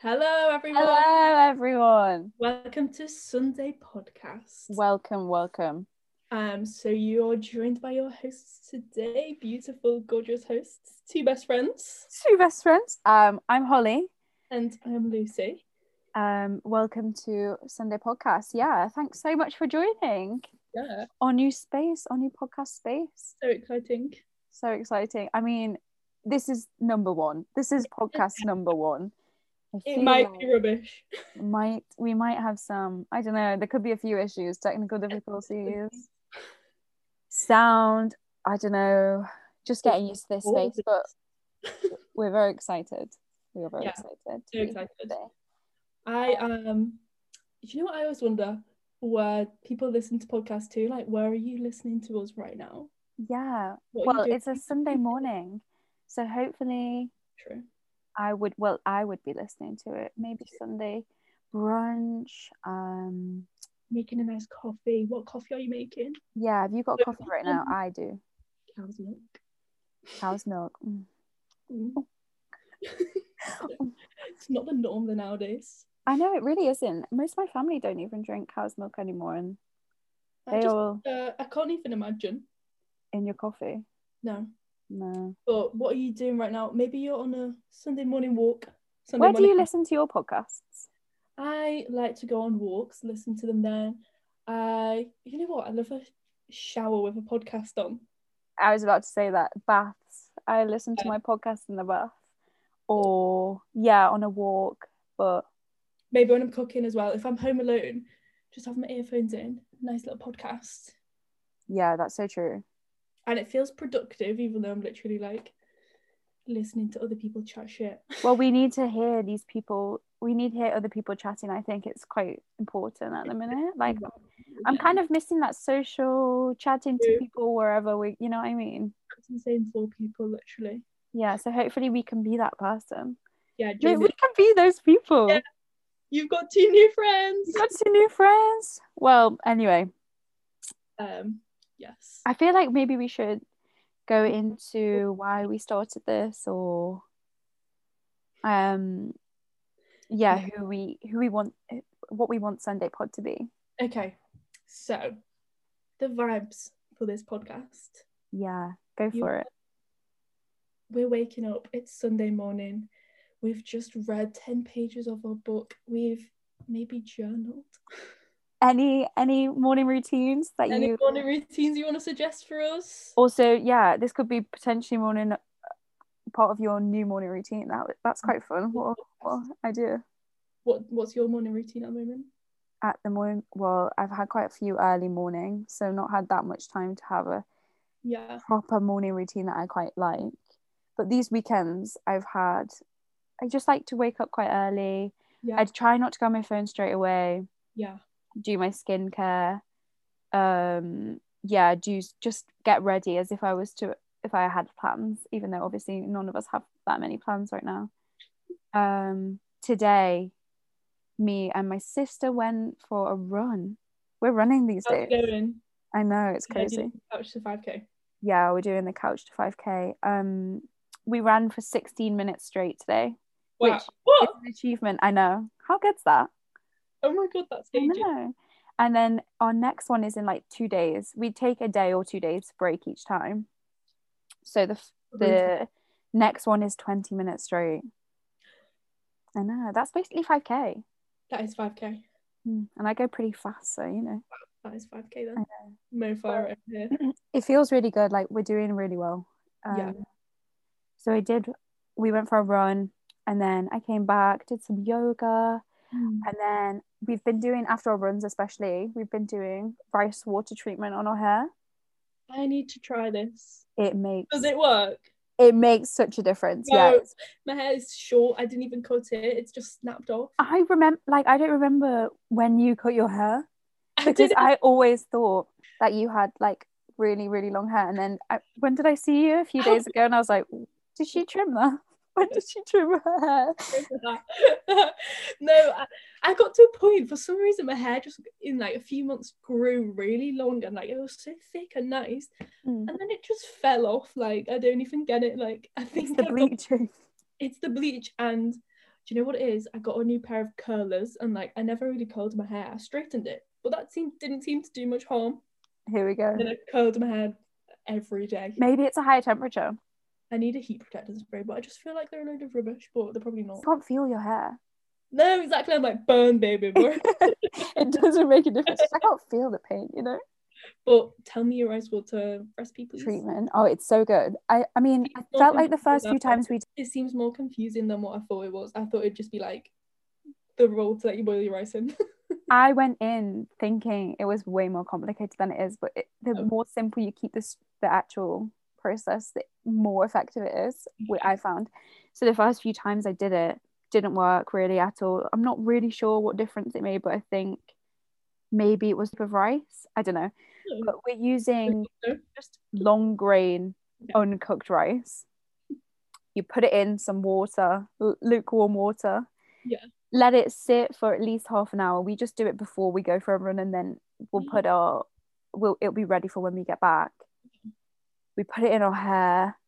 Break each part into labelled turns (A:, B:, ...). A: Hello, everyone.
B: Hello, everyone.
A: Welcome to Sunday Podcast.
B: Welcome, welcome.
A: Um, so you're joined by your hosts today, beautiful, gorgeous hosts, two best friends,
B: Two best friends. Um, I'm Holly.
A: and I'm Lucy.
B: Um, welcome to Sunday Podcast. Yeah, thanks so much for joining.
A: Yeah,
B: Our new space, our new podcast space.
A: so exciting.
B: So exciting. I mean, this is number one. This is podcast number one. I
A: It
B: feel
A: might
B: like-
A: be rubbish.
B: might we might have some i don't know there could be a few issues technical difficulties sound i don't know just getting used to this
A: All of
B: space but
A: this.
B: we're very excited we are very
A: Yeah,
B: excited to
A: so
B: be here
A: excited.
B: today.
A: I um, you know what I always wonder where people listen to podcasts too. Like, where are you listening to us right now?
B: yeah
A: What are
B: well
A: you
B: it's a sunday morning so hopefully
A: doing?
B: i would well i would be listening to it maybe sunday brunch um
A: making a nice coffee. What coffee are you making?
B: yeah have you got
A: So-
B: coffee right now i do
A: Cow's milk.
B: cow's milk Mm.
A: Mm. it's not the norm the nowadays.
B: i know it really isn't most of my family don't even drink cow's milk anymore and
A: I,
B: they
A: just,
B: all
A: uh, I can't even imagine.
B: in your coffee.
A: No.
B: No.
A: But what are you doing right now? Maybe you're on a Sunday morning walk. Sunday
B: Where do you
A: morning-
B: listen to your podcasts?
A: I like to go on walks, listen to them then. I, you know what? I love a shower with a podcast on.
B: I was about to say that baths. I listen to
A: Yeah.
B: my podcast in the bath, or yeah, on a walk. But
A: Maybe when I'm cooking as well. If I'm home alone, just have my earphones in, nice little podcast.
B: yeah, that's so true.
A: And it feels productive, even though I'm literally like listening to other people chat shit.
B: Well, we need to hear these people. We need to hear other people chatting. I think it's quite important at the minute. Like I'm kind of missing that social chatting to
A: Yeah.
B: people wherever we. You know what I mean?
A: the same four people, literally.
B: Yeah. So hopefully we can be that person.
A: Yeah,
B: We
A: join
B: we
A: it.
B: can be those people.
A: Yeah. you've got two new friends.
B: We got some new friends. Well, anyway.
A: Um, yes.
B: I feel like maybe we should go into why we started this or um yeah, who we who we want what we want Sunday Pod to be.
A: Okay, so the vibes for this podcast.
B: Yeah, go
A: You-
B: for it.
A: We're waking up, it's Sunday morning. We've just read 10 pages of our book. We've maybe journaled.
B: Any any morning routines that
A: Any
B: you
A: morning routines you want to suggest for us?
B: also yeah, this could be potentially morning uh, part of your new morning routine. That that's quite fun. What, what idea?
A: What What's your morning routine at the moment?
B: At the moment, well, I've had quite a few early mornings, so not had that much time to have a
A: Yeah,
B: proper morning routine that I quite like. But these weekends I've had, I just like to wake up quite early.
A: yeah,
B: I'd try not to go on my phone straight away,
A: yeah,
B: do my skincare. Um, yeah, do just get ready as if I was to, if I had plans, even though obviously none of us have that many plans right now. Um, today, me and my sister went for a run. We're running these
A: How's it
B: days.
A: going?
B: I know, it's crazy
A: Couch to 5k.
B: yeah, we're doing the couch to 5k. Um, we ran for 16 minutes straight today.
A: Wow.
B: Which-
A: what?
B: It's an achievement. I know. How good's that?
A: Oh my god, that's
B: I
A: ages.
B: know. And then our next one is in like two days. We take a day or two days break each time. So the f- the next one is 20 minutes straight. I know. That's basically 5k.
A: That is 5k.
B: Mm, And I go pretty fast, so you know.
A: That is 5k then. Mo Farah over here.
B: It feels really good. Like we're doing really well. Um,
A: Yeah.
B: So I did. We went for a run, and then I came back, did some yoga, and then we've been doing after our runs, especially we've been doing rice water treatment on our hair.
A: I need to try this.
B: It makes
A: Does
B: it-,
A: it work?
B: makes such a difference.
A: No.
B: Yeah, it's-
A: My hair is short. I didn't even cut it. It's just snapped off.
B: I remember. Like I don't remember when you cut your hair
A: I
B: because
A: did
B: I always thought that you had like really really long hair. And then I, when did I see you a few days ago? And I was like, did she trim that? When did she trim her hair?
A: no, I, I got to a point for some reason my hair just in like a few months grew really long and like it was so thick and nice.
B: Mm.
A: And then it just fell off. Like I don't even get it. Like I think
B: It's
A: I
B: the
A: got-
B: bleaching.
A: it's the bleach and Do you know what it is? I got a new pair of curlers and like I never really curled my hair. I straightened it, but that seemed didn't seem to do much harm.
B: Here we go.
A: And then I curled my hair every day.
B: Maybe it's a higher temperature.
A: I need a heat protector spray, but I just feel like they're a load of rubbish, but they're probably
B: You
A: not.
B: can't feel your hair.
A: No, exactly. I'm like burn baby burn.
B: it doesn't make a difference. I can't feel the pain, you know.
A: but tell me your ice water recipe, please.
B: Treatment. Oh, it's so good. I I mean, I
A: Not
B: felt like the
A: confused
B: first
A: about
B: few
A: that.
B: times we
A: It seems more confusing than what I thought it was. I thought it'd just be like the rolls that you boil your rice in.
B: I went in thinking it was way more complicated than it is, but it, the
A: Oh.
B: more simple you keep this the actual process, the more effective it is. What I found. So the first few times I did it didn't work really at all. I'm not really sure what difference it made, but I think maybe it was the rice. I don't know.
A: Oh.
B: But we're using
A: so?
B: just long grain
A: Yeah.
B: uncooked rice. You put it in some water, lu- lukewarm water.
A: Yeah.
B: Let it sit for at least half an hour. We just do it before we go for a run, and then we'll put
A: Mm.
B: our we'll it'll be ready for when we get back. We put it in our hair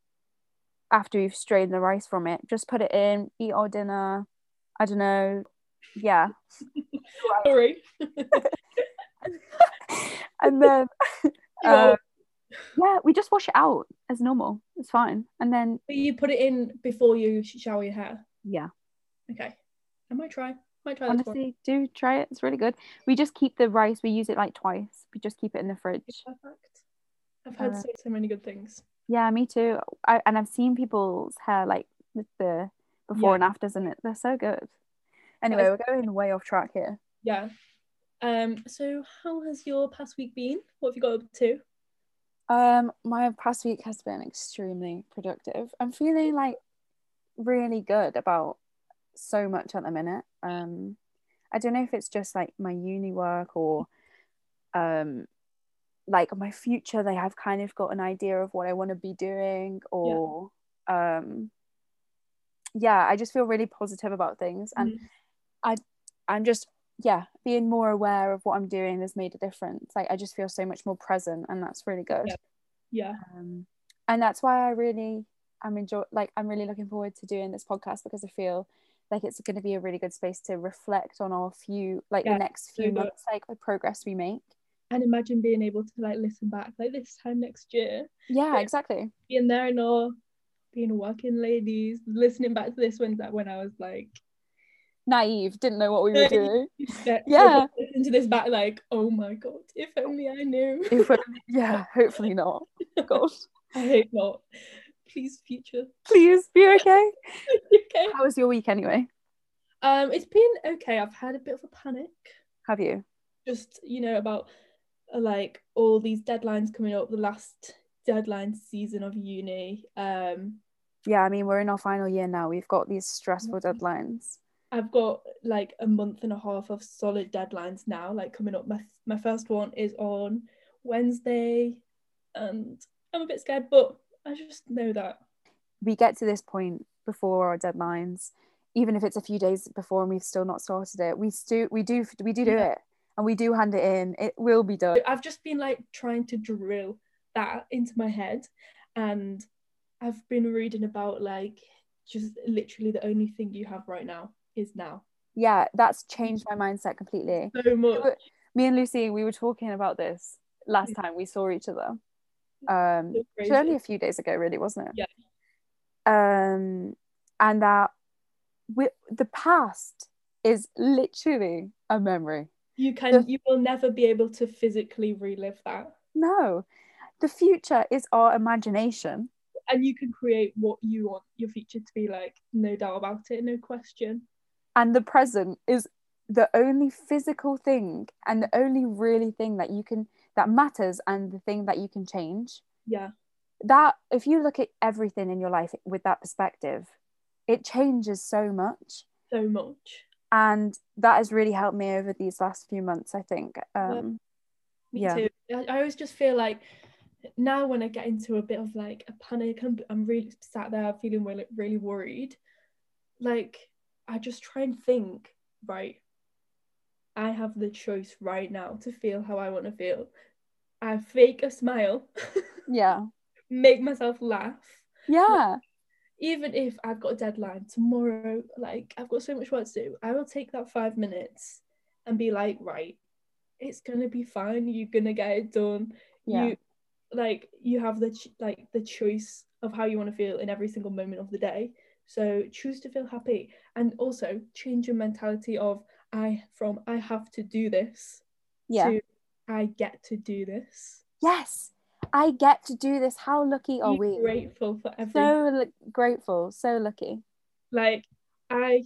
B: after we've strained the rice from it. Just put it in, eat our dinner. I don't know. Yeah.
A: Sorry.
B: and then
A: You
B: uh,
A: are-
B: yeah, we just wash it out as normal. It's fine. And then
A: you put it in before you sh- shower your hair.
B: yeah,
A: Okay. I might try. Might try this one.
B: honestly, do try it. It's really good. We just keep the rice. We use it like twice. We just keep it in the fridge.
A: Perfect. I've heard
B: Uh,
A: so, so many good things.
B: Yeah, me too. I and I've seen people's hair like with the before
A: Yeah.
B: and afters, and it they're so good. Anyway,
A: is-
B: we're going way off track here.
A: Yeah. Um, so how has your past week been? What have you got up to?
B: Um, my past week has been extremely productive. I'm feeling like really good about so much at the minute. Um, I don't know if it's just like my uni work or um like my future, like I've kind of got an idea of what I want to be doing or um yeah, I just feel really positive about things and
A: Mhm.
B: I'm just yeah, being more aware of what I'm doing has made a difference. Like I just feel so much more present and that's really good
A: Yeah. yeah.
B: um, and that's why I really I'm enjoy like I'm really looking forward to doing this podcast because I feel like it's going to be a really good space to reflect on our few like
A: Yeah,
B: the next few
A: good.
B: months like the progress we make
A: And imagine being able to like listen back like this time next year,
B: yeah
A: Yeah.
B: exactly
A: being there and all, being working ladies, listening back to this one that when I was like,
B: naive didn't know what we were
A: Yeah.
B: doing Yeah.
A: yeah, listen to this back like, oh my god, if only I knew.
B: If we- yeah hopefully not God
A: I hope not. Please, future.
B: please be okay
A: okay.
B: how was your week anyway
A: Um, it's been okay. I've had a bit of a panic,
B: have you
A: just you know about uh, like all these deadlines coming up. The last deadline season of uni. Um,
B: yeah I mean we're in our final year now we've got these stressful deadlines
A: I've got like a month and a half of solid deadlines now. Like coming up, my my first one is on Wednesday, and I'm a bit scared, but I just know that.
B: we get to this point before our deadlines, even if it's a few days before and we've still not started it, we do we do we do do
A: Yeah.
B: it, and we do hand it in. It will be done.
A: I've just been like trying to drill that into my head, and I've been reading about like just literally the only thing you have right now is now.
B: Yeah, that's changed my mindset completely.
A: So much.
B: were- Me and Lucy, we were talking about this last time we saw each other. Um,
A: so
B: It was
A: crazy.
B: only a few days ago, really, wasn't it?
A: Yeah.
B: Um, and that we, the past is literally a memory.
A: You can, you will never be able to physically relive that,
B: No, the future is our imagination.
A: and you can create what you want your future to be like. No doubt about it. No question.
B: and the present is the only physical thing and the only really thing that you can that matters and the thing that you can change
A: Yeah.
B: that if you look at everything in your life with that perspective it changes so much
A: So much.
B: and that has really helped me over these last few months i think
A: Yeah.
B: um
A: Me
B: Yeah.
A: too. I, I always just feel like now when I get into a bit of like a panic, I'm, I'm really sat there feeling really, really worried. Like, I just try and think, right, I have the choice right now to feel how I want to feel. I fake a smile,
B: yeah
A: make myself laugh,
B: yeah
A: even if I've got a deadline tomorrow, like I've got so much work to do, I will take that five minutes and be like, right, it's gonna be fine. You're gonna get it done.
B: Yeah.
A: You like you have the ch- like the choice of how you want to feel in every single moment of the day. So choose to feel happy and also change your mentality of I from I have to do this
B: yeah.
A: to I get to do this.
B: yes, I get to do this. How lucky are
A: Be
B: we?
A: grateful for everything.
B: So lu- grateful, so lucky.
A: like i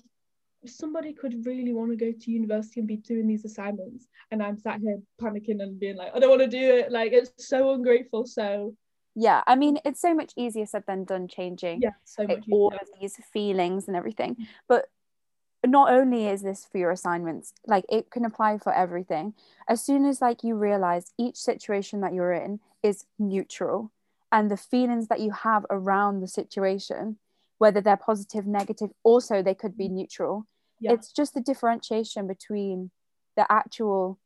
A: somebody could really want to go to university and be doing these assignments and i'm sat here panicking and being like i don't want to do it like it's so ungrateful so
B: Yeah, I mean, it's so much easier said than done changing
A: yeah so
B: like,
A: much
B: all
A: easier.
B: of these feelings and everything. But not only is this for your assignments, like it can apply for everything. As soon as like you realize each situation that you're in is neutral and the feelings that you have around the situation, whether they're positive, negative, also they could be neutral.
A: Yeah.
B: It's just the differentiation between the actual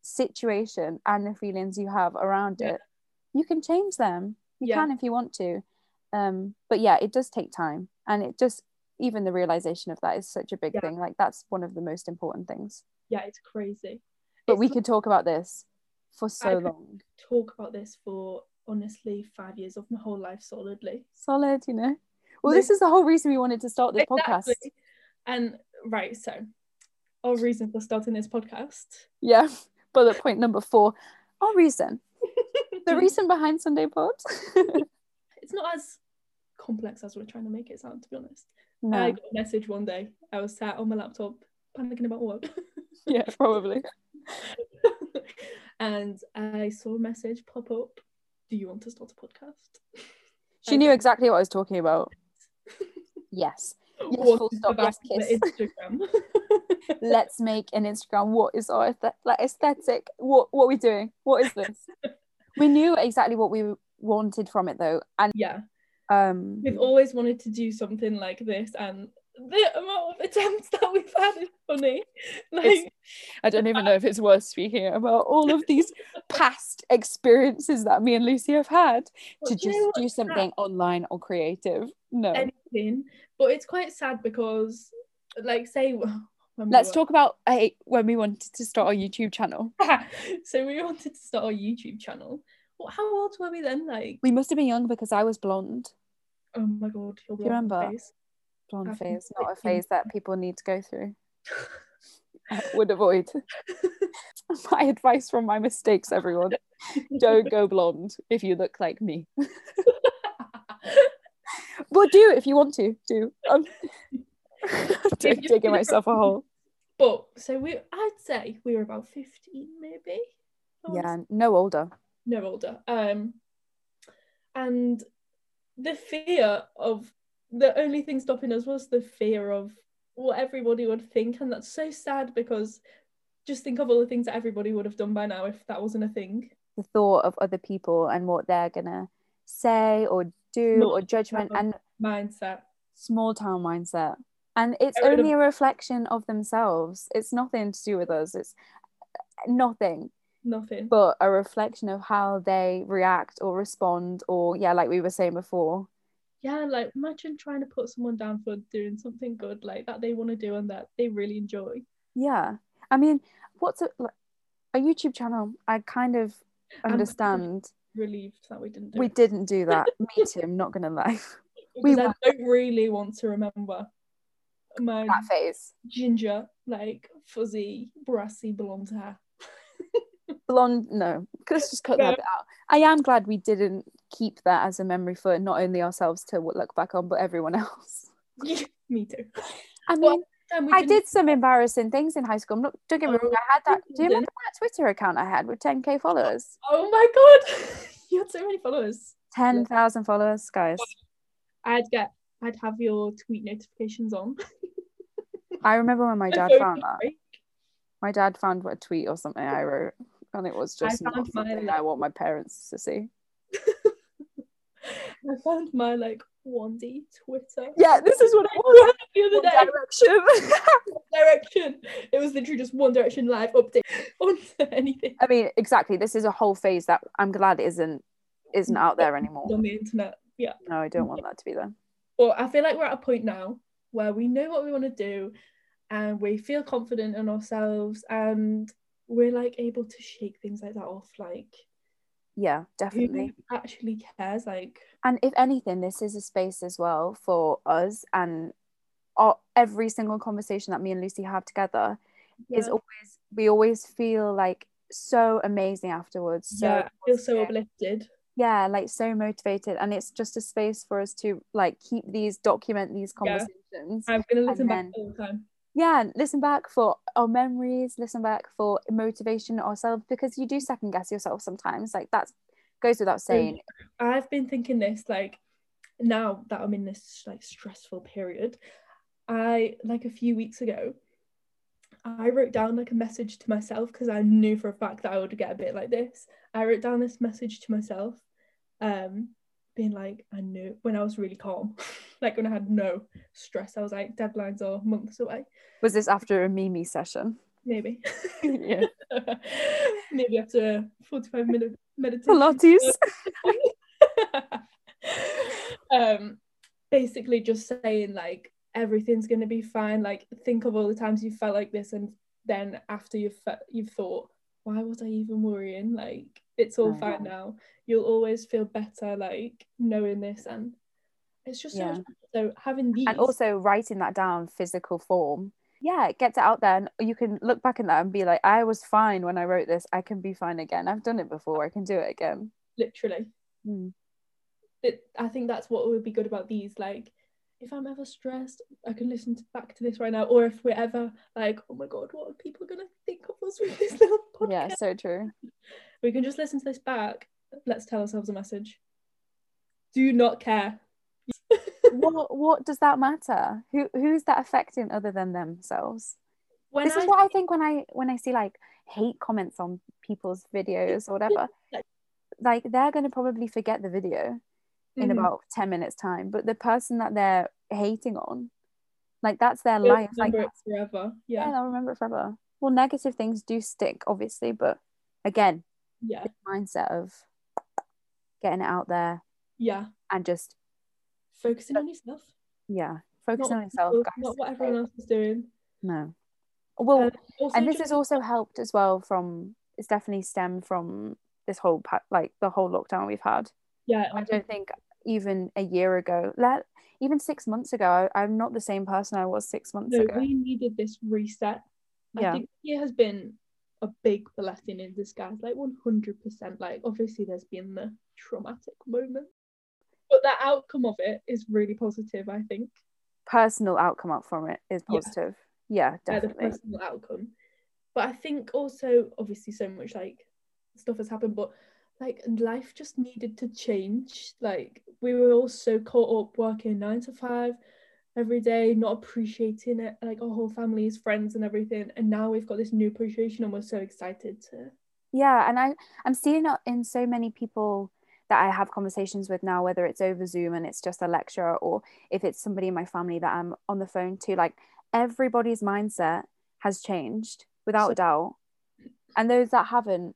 B: situation and the feelings you have around
A: Yeah.
B: it. You can change them. You
A: Yeah.
B: can if you want to. Um, but yeah, it does take time and it just even the realization of that is such a big
A: Yeah.
B: thing. Like that's one of the most important things.
A: yeah it's crazy
B: But
A: It's
B: we
A: like-
B: could talk about this for so
A: could-
B: long.
A: talk about this for honestly five years of my whole life solidly
B: Solid, you know.
A: No.
B: Well, this is the whole reason we wanted to start this podcast.
A: Exactly. and right so our reason for starting this podcast
B: Yeah. Bullet point number four. Our reason. The reason behind Sunday Pod.
A: it's not as complex as we're trying to make it sound to be honest I
B: no.
A: got a message one day. I was sat on my laptop panicking about work.
B: Yeah, probably.
A: and I saw a message pop up. Do you want to start a podcast?
B: She knew exactly what I was talking about. Yes. Yes,
A: Or
B: full
A: to
B: stop,
A: go back
B: yes,
A: to Instagram.
B: Let's make an Instagram. What is our aesthet- like aesthetic? What what are we doing? What is this? we knew exactly what we wanted from it though. And
A: yeah.
B: um
A: We've always wanted to do something like this and the amount of attempts that we've had is funny. Like
B: It's- I don't even know if it's worth speaking about all of these past experiences that me and Lucy have had
A: but
B: to
A: do you
B: just
A: know
B: do
A: what's sad?
B: something online or creative. No.
A: anything. But it's quite sad because like say when we
B: Let's
A: were-
B: talk about hey, when we wanted to start our YouTube channel.
A: so we wanted to start our YouTube channel. Well, how old were we then? Like,
B: We must have been young because I was blonde.
A: oh my god, your
B: Do you
A: blonde
B: remember?
A: face. I
B: Blonde
A: think
B: phase, not a
A: 15.
B: phase that people need to go through. I would avoid. my advice from my mistakes, everyone. Don't go blonde if you look like me. Well, do if you want to. Do. Um, I'm
A: If you-
B: digging myself a hole.
A: but so we, I'd say we were about fifteen, maybe. I wanna
B: Yeah, no older.
A: no older um and the fear of the only thing stopping us was the fear of what everybody would think and that's so sad because just think of all the things that everybody would have done by now if that wasn't a thing
B: the thought of other people and what they're gonna say or do
A: Not
B: or judgment
A: about-
B: and
A: mindset
B: small town mindset and it's
A: Get rid
B: only a reflection of themselves it's nothing to do with us it's uh, nothing
A: nothing
B: but a reflection of how they react or respond or yeah like we were saying before
A: yeah like imagine trying to put someone down for doing something good like that they want to do and that they really enjoy
B: yeah i mean what's a, like, a youtube channel i kind of
A: I'm-
B: understand
A: relieved that we didn't do
B: we
A: it.
B: didn't do that me too i'm not gonna lie we
A: because I don't really want to remember my
B: that phase
A: ginger, like fuzzy, brassy blonde hair.
B: blonde no let's just cut
A: No.
B: that bit out i am glad we didn't keep that as a memory for not only ourselves to w- look back on but everyone else
A: Me too.
B: i
A: Well,
B: mean
A: And we Oh,
B: i
A: didn't-
B: did some embarrassing things in high school I'm not, don't get me wrong i had that do you remember that twitter account i had with 10k followers
A: Oh my god, you had so many followers.
B: 10,000 followers guys
A: I'd get, I'd have your tweet notifications on.
B: i remember when my
A: My
B: dad
A: phone
B: found
A: was
B: that
A: great.
B: my dad found a tweet or something i wrote and it was
A: I
B: just not
A: found my-
B: something i want my parents to see
A: I found my like wandy Twitter.
B: yeah this is what it was
A: What? The other
B: One
A: day,
B: direction
A: direction. It was literally just One Direction live update on anything
B: i mean exactly this is a whole phase that i'm glad isn't isn't out there anymore
A: on the internet. Mm, Yeah.
B: No, I don't want that to be there.
A: But I feel like we're at a point now where we know what we want to do and we feel confident in ourselves and we're like able to shake things like that off. Like,
B: Yeah,
A: who
B: definitely.
A: actually cares? Like,
B: And if anything, this is a space as well for us and our, every single conversation that me and Lucy have together is
A: yeah.
B: always we always feel like so amazing afterwards. So
A: yeah, I feel so
B: positive.
A: uplifted.
B: yeah, like so motivated. And it's just a space for us to like keep these document these
A: Yeah.
B: conversations.
A: I'm gonna listen
B: And
A: back
B: then-
A: all the time.
B: Yeah, and listen back for our memories, listen back for motivation ourselves because you do second guess yourself sometimes. Like that's goes without saying.
A: I've been thinking this like now that I'm in this like stressful period. I like a few weeks ago, I wrote down like a message to myself because I knew for a fact that I would get a bit like this. I wrote down this message to myself, um, being like, I knew when I was really calm, like when I had no stress, I was like, deadlines are months away,
B: Was this after a Mimi session?
A: maybe.
B: yeah.
A: maybe after 45 minute meditation.
B: Pilates.
A: um basically just saying like everything's going to be fine like think of all the times you felt like this and then after you've fe- you've thought why was i even worrying like it's all
B: Right.
A: fine now you'll always feel better like knowing this and it's just so,
B: Yeah.
A: much better. so having these
B: and also writing that down physical form yeah it gets it out there and you can look back at that and be like i was fine when i wrote this i can be fine again i've done it before i can do it again
A: literally
B: Mm.
A: it, I think that's what would be good about these. Like, if I'm ever stressed, I can listen to, back to this right now. Or if we're ever like, oh my god, what are people gonna think of us with this little podcast?
B: yeah so true
A: We can just listen to this back. Let's tell ourselves a message. Do not care.
B: what what does that matter who who's that affecting other than themselves
A: When
B: this is what i think when i when i see like hate comments on people's videos or whatever like they're going to probably forget the video in
A: Mhm.
B: about 10 minutes time but the person that they're hating on like that's their
A: They'll
B: life like
A: remember it forever.
B: yeah.
A: Yeah,
B: they'll remember it forever. Well, negative things do stick, obviously, but again,
A: yeah,
B: mindset of getting it out there
A: yeah.
B: and just
A: Focusing on yourself,
B: yeah,
A: not
B: focusing on
A: what
B: yourself,
A: people-
B: guys.
A: not what everyone else is doing.
B: No. Well,
A: Um, Also,
B: and this
A: just-
B: has also helped as well from it's definitely stemmed from this whole pa- like the whole lockdown we've had.
A: yeah,
B: I don't think even a year ago, let even six months ago, I, I'm not the same person I was six months
A: no,
B: ago.
A: we needed this reset. I
B: Yeah.
A: think it has been a big blessing in disguise, like 100%. Like, obviously, there's been the traumatic moment, but the outcome of it is really positive, I think.
B: Personal outcome out from it is
A: Yeah.
B: positive. Yeah,
A: Like, uh, the
B: definitely.
A: personal outcome. But I think also, obviously, so much like stuff has happened, but like life just needed to change. Like, we were all so caught up working nine to five every day, not appreciating it, like our whole families, friends, and everything. And now we've got this new appreciation, and we're so excited to.
B: yeah and i i'm seeing it in so many people that i have conversations with now whether it's over zoom and it's just a lecture or if it's somebody in my family that i'm on the phone to like everybody's mindset has changed without
A: So-
B: a doubt and those that haven't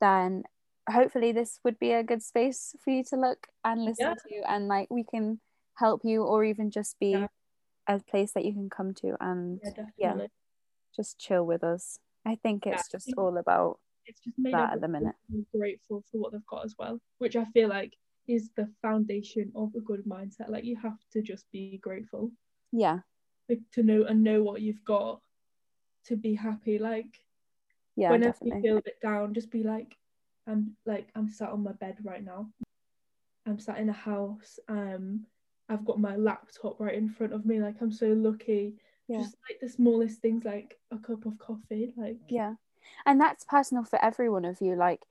B: then hopefully this would be a good space for you to look and listen
A: Yeah.
B: to and like we can help you or even just be
A: Yeah.
B: a place that you can come to and
A: Yeah, definitely.
B: just chill with us i think
A: Yeah,
B: it's
A: I
B: just
A: think-
B: all about
A: It's just made
B: that at the
A: everyone
B: minute
A: feel grateful for what they've got as well, which I feel like is the foundation of a good mindset. Like you have to just be grateful
B: yeah
A: like, to know and know what you've got to be happy. Like
B: yeah
A: whenever
B: definitely
A: you feel a bit down, just be like, I'm like I'm sat on my bed right now. I'm sat in a house. Um, I've got my laptop right in front of me. Like I'm so lucky.
B: Yeah.
A: Just like the smallest things, like a cup of coffee. Like
B: yeah and that's personal for every one of you like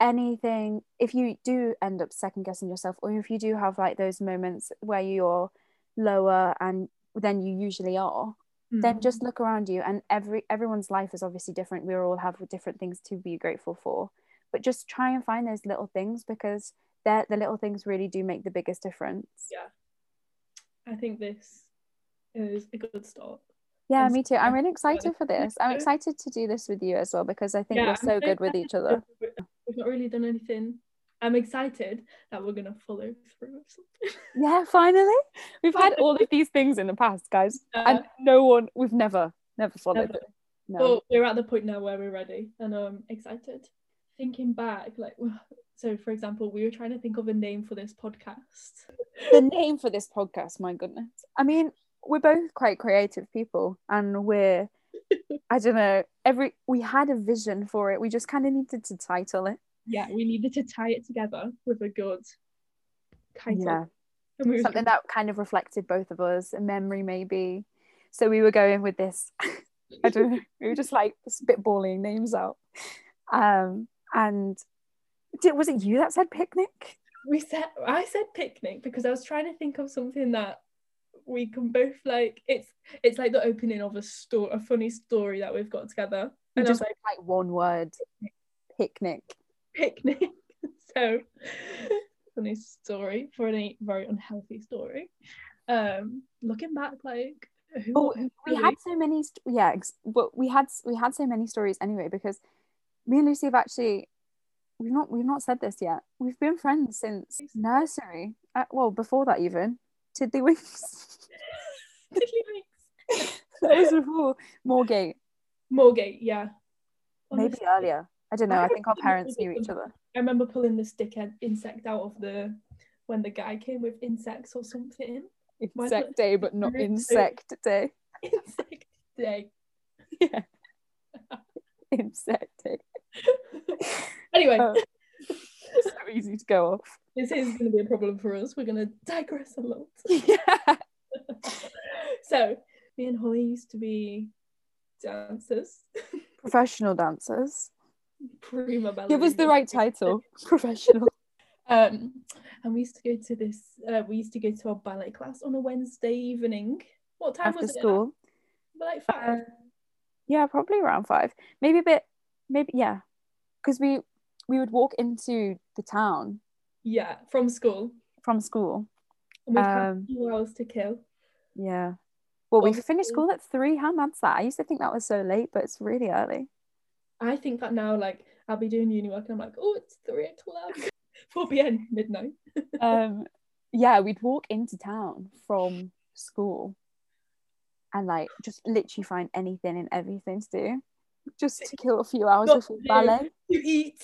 B: anything if you do end up second guessing yourself or if you do have like those moments where you're lower and than you usually are
A: mm,
B: then just look around you and every everyone's life is obviously different we all have different things to be grateful for but just try and find those little things because they're the little things really do make the biggest difference
A: Yeah. I think this is a good start.
B: yeah
A: And
B: me too i'm
A: yeah,
B: really excited for this i'm
A: too.
B: excited to do this with you as well because i think
A: Yeah,
B: we're
A: I'm
B: so
A: so
B: good with each other
A: We've not really done anything I'm excited that we're gonna follow through with something.
B: Yeah, finally. We've had all of these things in the past, guys. And no one, we've never, never followed
A: Never.
B: it. No.
A: But we're at the point now where we're ready, and I'm excited. Thinking back, like so, for example, we were trying to think of a name for this podcast.
B: the name for this podcast, my goodness. I mean, we're both quite creative people and we're I don't know, every we had a vision for it. We just kind of needed to title it.
A: Yeah, we needed to tie it together with a good title.
B: Yeah.
A: And we were
B: Something that kind of reflected both of us, a memory maybe. So we were going with this. I don't know. We were just like spitballing names out. Um and did, was it you that said picnic?
A: we said I said picnic because I was trying to think of something that we can both like. It's it's like the opening of a story, a funny story that we've got together.
B: We
A: And I was
B: just
A: like
B: like one word. Picnic.
A: picnic, so funny story for a very unhealthy story. Um, looking back, like who,
B: Oh,
A: who
B: we
A: really-
B: had so many st- yeah ex- but we had we had so many stories anyway because me and lucy have actually we've not we've not said this yet we've been friends since nursery uh, well before that even tiddly winks
A: Did you make
B: that was before moorgate
A: Moorgate? Yeah,
B: maybe
A: Honestly,
B: earlier i don't know
A: I
B: i think our
A: remember
B: parents
A: the-
B: knew each other
A: I remember pulling the stick and insect out of the when the guy came with insects or something. Why don't-
B: insect day but not
A: Really?
B: insect day
A: Insect day.
B: insect day
A: anyway,
B: Oh. so easy to go off
A: this is going to be a problem for us. We're going to digress a lot.
B: yeah
A: So, me and Holly used to be dancers.
B: professional dancers
A: Prima
B: give us the
A: ballerina.
B: right title professional
A: Um, and we used to go to this. Uh, we used to go to our ballet class on a Wednesday evening. What time
B: after
A: was it?
B: school Um,
A: Like five.
B: yeah probably around five maybe a bit maybe yeah because we we would walk into the town
A: yeah, from school.
B: from school
A: And we'd have
B: Um,
A: two hours to kill.
B: yeah well we
A: Obviously-
B: finished school at three how mad's that i used to think that was so late but it's really early
A: I think that now, like, I'll be doing uni work, and I'm like, oh, it's three o'clock, four p.m. midnight.
B: um yeah we'd walk into town from school and like just literally find anything and everything to do just to kill a few hours
A: Got
B: of
A: to.
B: ballet
A: You eat.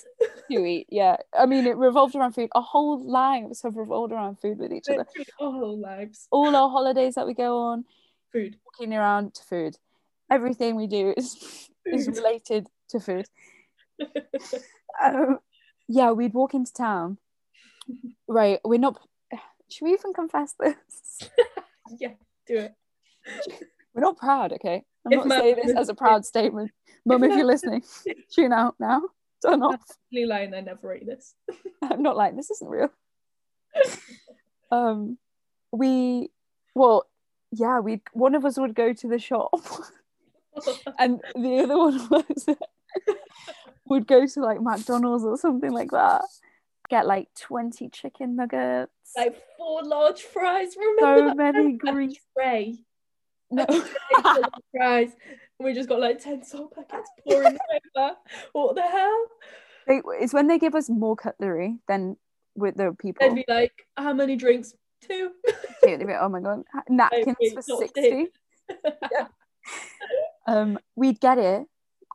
B: to eat yeah i mean it revolved around food our whole lives have revolved around food with each other
A: Literally our whole lives.
B: all our holidays that we go on
A: Food.
B: walking around to food. Everything we do is is
A: Food.
B: related to food. Um, yeah, we'd walk into town. Right, we're not. Should we even confess this?
A: yeah, do it.
B: We're not proud, okay? I'm
A: If
B: not
A: Mum
B: saying this
A: is
B: as a proud statement. Mum, if you're
A: Mum
B: listening, tune out now. Turn off.
A: Blue line, I never ate this.
B: I'm not like this isn't real. Um, we, well, yeah, we. One of us would go to the shop. and the other one was would go to like McDonald's or something like that, get like twenty chicken nuggets,
A: like four large fries. Remember
B: so many
A: that
B: grease.
A: tray?
B: No,
A: Four large fries. And we just got like ten salt packets pouring over. What the hell?
B: They- it's when they give us more cutlery than with the people.
A: They'd be like, how many drinks? Two.
B: They'd be, oh my god, napkins
A: wait,
B: for
A: not six.
B: sixty. Yeah. Um, we'd get it,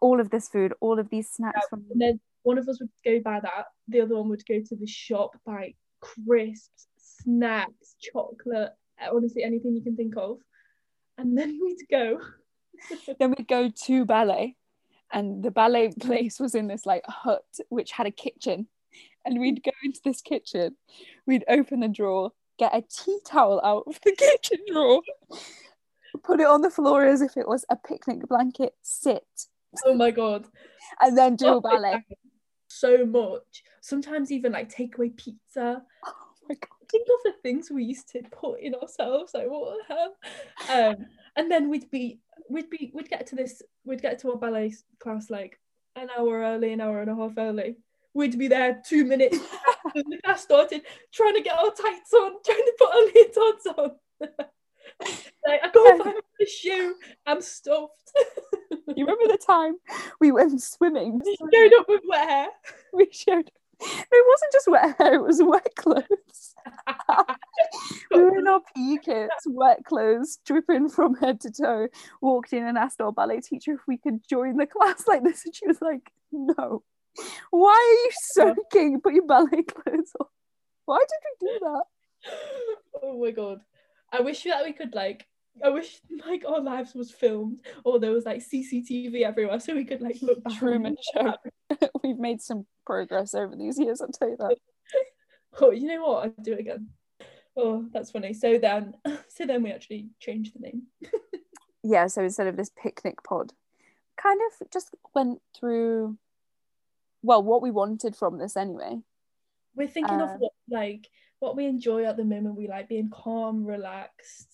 B: all of this food, all of these snacks from
A: And then one of us would go buy that. The other one would go to the shop buy crisps, snacks, chocolate, honestly anything you can think of. And then we'd go.
B: then we'd go to ballet and the ballet place was in this like hut which had a kitchen and we'd go into this kitchen we'd open the drawer get a tea towel out of the kitchen drawer put it on the floor as if it was a picnic blanket sit
A: Oh my god.
B: and then do a
A: Oh my
B: ballet
A: God. So much. Sometimes even like takeaway pizza.
B: oh my god
A: Think of the things we used to put in ourselves. Like what the hell? Um, and then we'd be we'd be we'd get to this we'd get to our ballet s- class like an hour early, an hour and a half early. We'd be there two minutes. after the class started trying to get our tights on, trying to put our leotards on. like I can't find the shoe. I'm stuffed.
B: you remember the time we went swimming
A: Showed up with wet hair.
B: we showed it wasn't just wet hair, it was wet clothes. we were in our PE kits, wet clothes, dripping from head to toe. Walked in and asked our ballet teacher if we could join the class like this, and she was like, "No, why are you soaking? Put your ballet clothes on. Why did we do that?"
A: oh my god. I wish that we could like I wish like our lives was filmed or there was like CCTV everywhere so we could like look back.
B: Truman Show. We've made some progress over these years. I'll tell you that.
A: Oh, you know what? I'd do it again. Oh, that's funny. So then, so then we actually changed the name.
B: Yeah. So instead of this picnic pod, kind of just went through. Well, what we wanted from this anyway.
A: We're thinking
B: Um,
A: of what like what we enjoy at the moment. We like being calm, relaxed,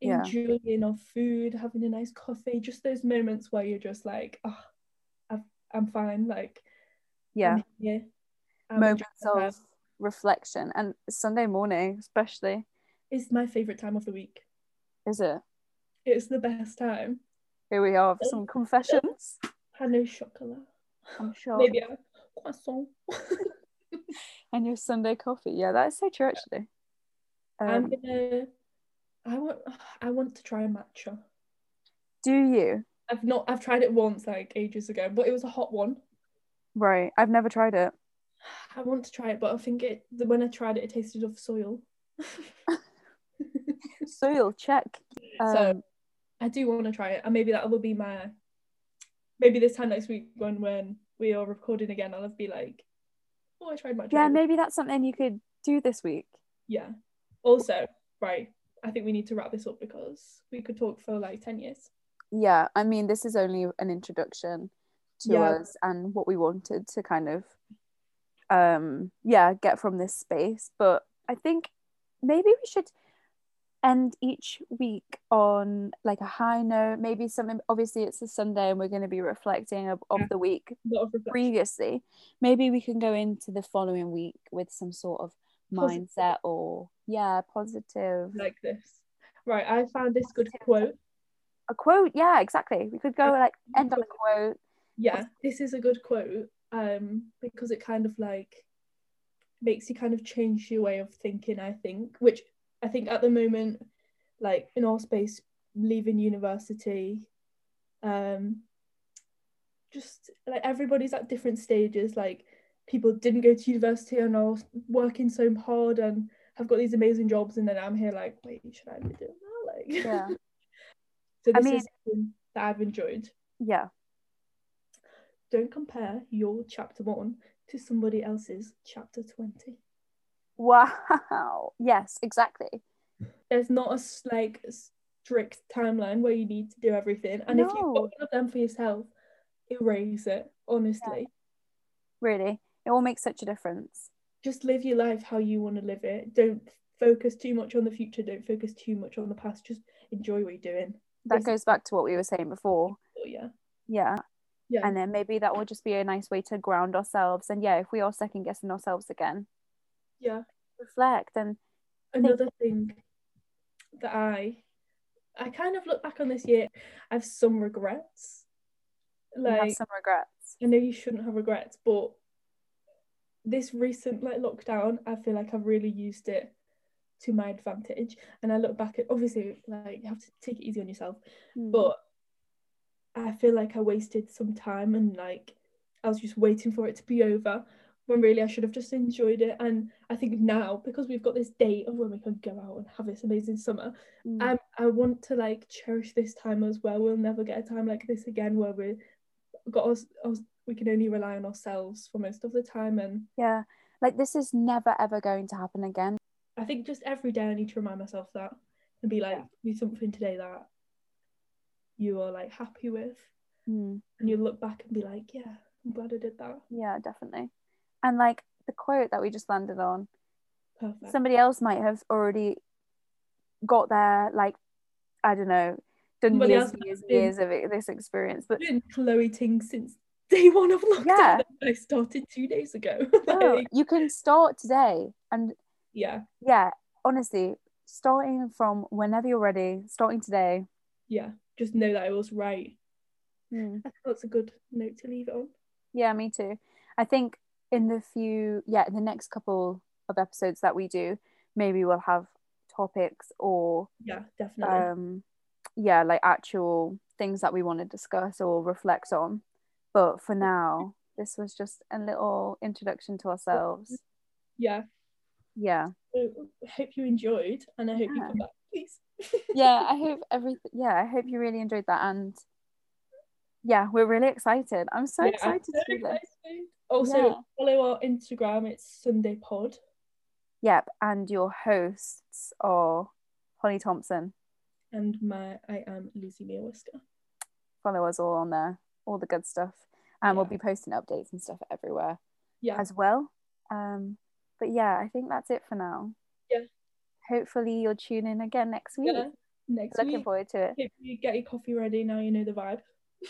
B: Yeah.
A: enjoying our food, having a nice coffee. Just those moments where you're just like, oh, I've, I'm fine. Like,
B: Yeah.
A: I'm here. I'm
B: Moments
A: enjoying
B: of reflection and Sunday morning, especially.
A: It's my favorite time of the week.
B: Is it?
A: It's the best time.
B: Here we are for some confessions.
A: I know chocolate.
B: I'm sure.
A: Maybe a croissant.
B: And your Sunday coffee. Yeah, that is so true, actually.
A: I'm
B: Um,
A: gonna. I want. I want to try a matcha.
B: do you?
A: I've not. I've tried it once, like ages ago, but it was a hot one.
B: Right. I've never tried it.
A: I want to try it, but I think it. the- When I tried it, it tasted of soil.
B: Soil check. Um,
A: So- I do want to try it, and maybe that will be my. Maybe this time next week, when when we are recording again, I'll be like, "Oh, I tried matcha."
B: yeah, maybe that's something you could do this week.
A: Yeah. Also, right. I think we need to wrap this up because we could talk for like ten years.
B: Yeah, I mean, this is only an introduction to
A: Yeah.
B: us and what we wanted to kind of, um, yeah, get from this space. But I think maybe we should end each week on like a high note. Maybe something. Obviously, it's a Sunday, and we're going to be reflecting of, of
A: Yeah.
B: the week
A: A lot of reflection.
B: previously. Maybe we can go into the following week with some sort of
A: Positive.
B: mindset or yeah, positive.
A: like this. Right, I found this good quote.
B: a quote. Yeah, exactly. We could go like end on a quote.
A: Yeah, this is a good quote um, because it kind of like makes you kind of change your way of thinking, I think, which I think at the moment, like in our space, leaving university, um, just like everybody's at different stages. Like people didn't go to university and are working so hard and have got these amazing jobs, and then I'm here like, wait, should I be doing that? Like,
B: Yeah.
A: So
B: I
A: this
B: mean-
A: is something that I've enjoyed.
B: Yeah.
A: Don't compare your chapter one to somebody else's chapter twenty.
B: Wow. Yes, exactly.
A: There's not a s- like strict timeline where you need to do everything, and if you've
B: No.
A: got one of them for yourself, erase it. Honestly,
B: Really. It all makes such a difference.
A: just live your life how you want to live it. Don't focus too much on the future. Don't focus too much on the past. Just enjoy what you're doing.
B: That
A: Yes.
B: goes back to what we were saying before.
A: So, yeah,
B: Yeah.
A: yeah,
B: And then maybe that will just be a nice way to ground ourselves. And yeah, if we are second guessing ourselves again,
A: yeah.
B: reflect and
A: another thing that I I kind of look back on this year, I have some regrets.
B: you have
A: Like
B: some regrets.
A: I know you shouldn't have regrets, but this recent like lockdown, I feel like I've really used it to my advantage. And I look back at obviously like you have to take it easy on yourself,
B: Mm.
A: but I feel like I wasted some time and like I was just waiting for it to be over when really I should have just enjoyed it. And I think now because we've got this date of when we can go out and have this amazing summer,
B: Mm.
A: I Um, I want to like cherish this time as well. We'll never get a time like this again where we got us, us we can only rely on ourselves for most of the time. And
B: yeah. Like this is never ever going to happen again.
A: I think just every day I need to remind myself that and be like,
B: Yeah.
A: do something today that you are like happy with.
B: Mm.
A: and you look back and be like, yeah, I'm glad I did that.
B: Yeah, definitely. And like the quote that we just landed on
A: Perfect.
B: somebody else might have already got there like i don't know done
A: Somebody
B: years
A: else
B: and
A: might
B: years,
A: have
B: and years of it, this experience but
A: I've been Chloe Ting since day one of lockdown.
B: Yeah. Oh.
A: I started two days ago.
B: no,
A: Like,
B: you can start today and
A: yeah,
B: yeah honestly starting from whenever you're ready starting today
A: yeah. Just know that I was right. I think that's a good note to leave it on.
B: yeah me too i think in the few yeah in the next couple of episodes that we do maybe we'll have topics or
A: Yeah, definitely.
B: um yeah like actual things that we want to discuss or reflect on but for now this was just a little introduction to ourselves
A: yeah.
B: yeah
A: So, I hope you enjoyed and I hope you
B: Yeah.
A: come back, please.
B: yeah i hope everything yeah i hope you really enjoyed that and yeah we're really excited i'm so
A: Yeah,
B: excited
A: so
B: to do this
A: excited. Also,
B: Yeah.
A: follow our Instagram, it's Sunday Pod.
B: yep and your hosts are holly thompson
A: And my I am Lucy Mia Whisker.
B: follow us all on there all the good stuff and we'll
A: Yeah.
B: be posting updates and stuff everywhere
A: Yeah.
B: as well. Um, but yeah, I think that's it for now.
A: Yeah.
B: Hopefully you'll tune in again next week.
A: Yeah, Next
B: Looking
A: week.
B: forward to it.
A: If you get your coffee ready, now you know the vibe.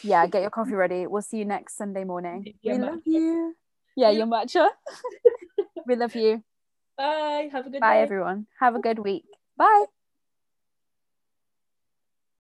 B: Yeah, get your coffee ready. We'll see you next Sunday morning.
A: Yeah,
B: we
A: matcha.
B: love you. Yeah,
A: Yeah.
B: your matcha. we love you.
A: Bye. Have a good
B: Bye
A: day.
B: everyone. Have a good week. Bye.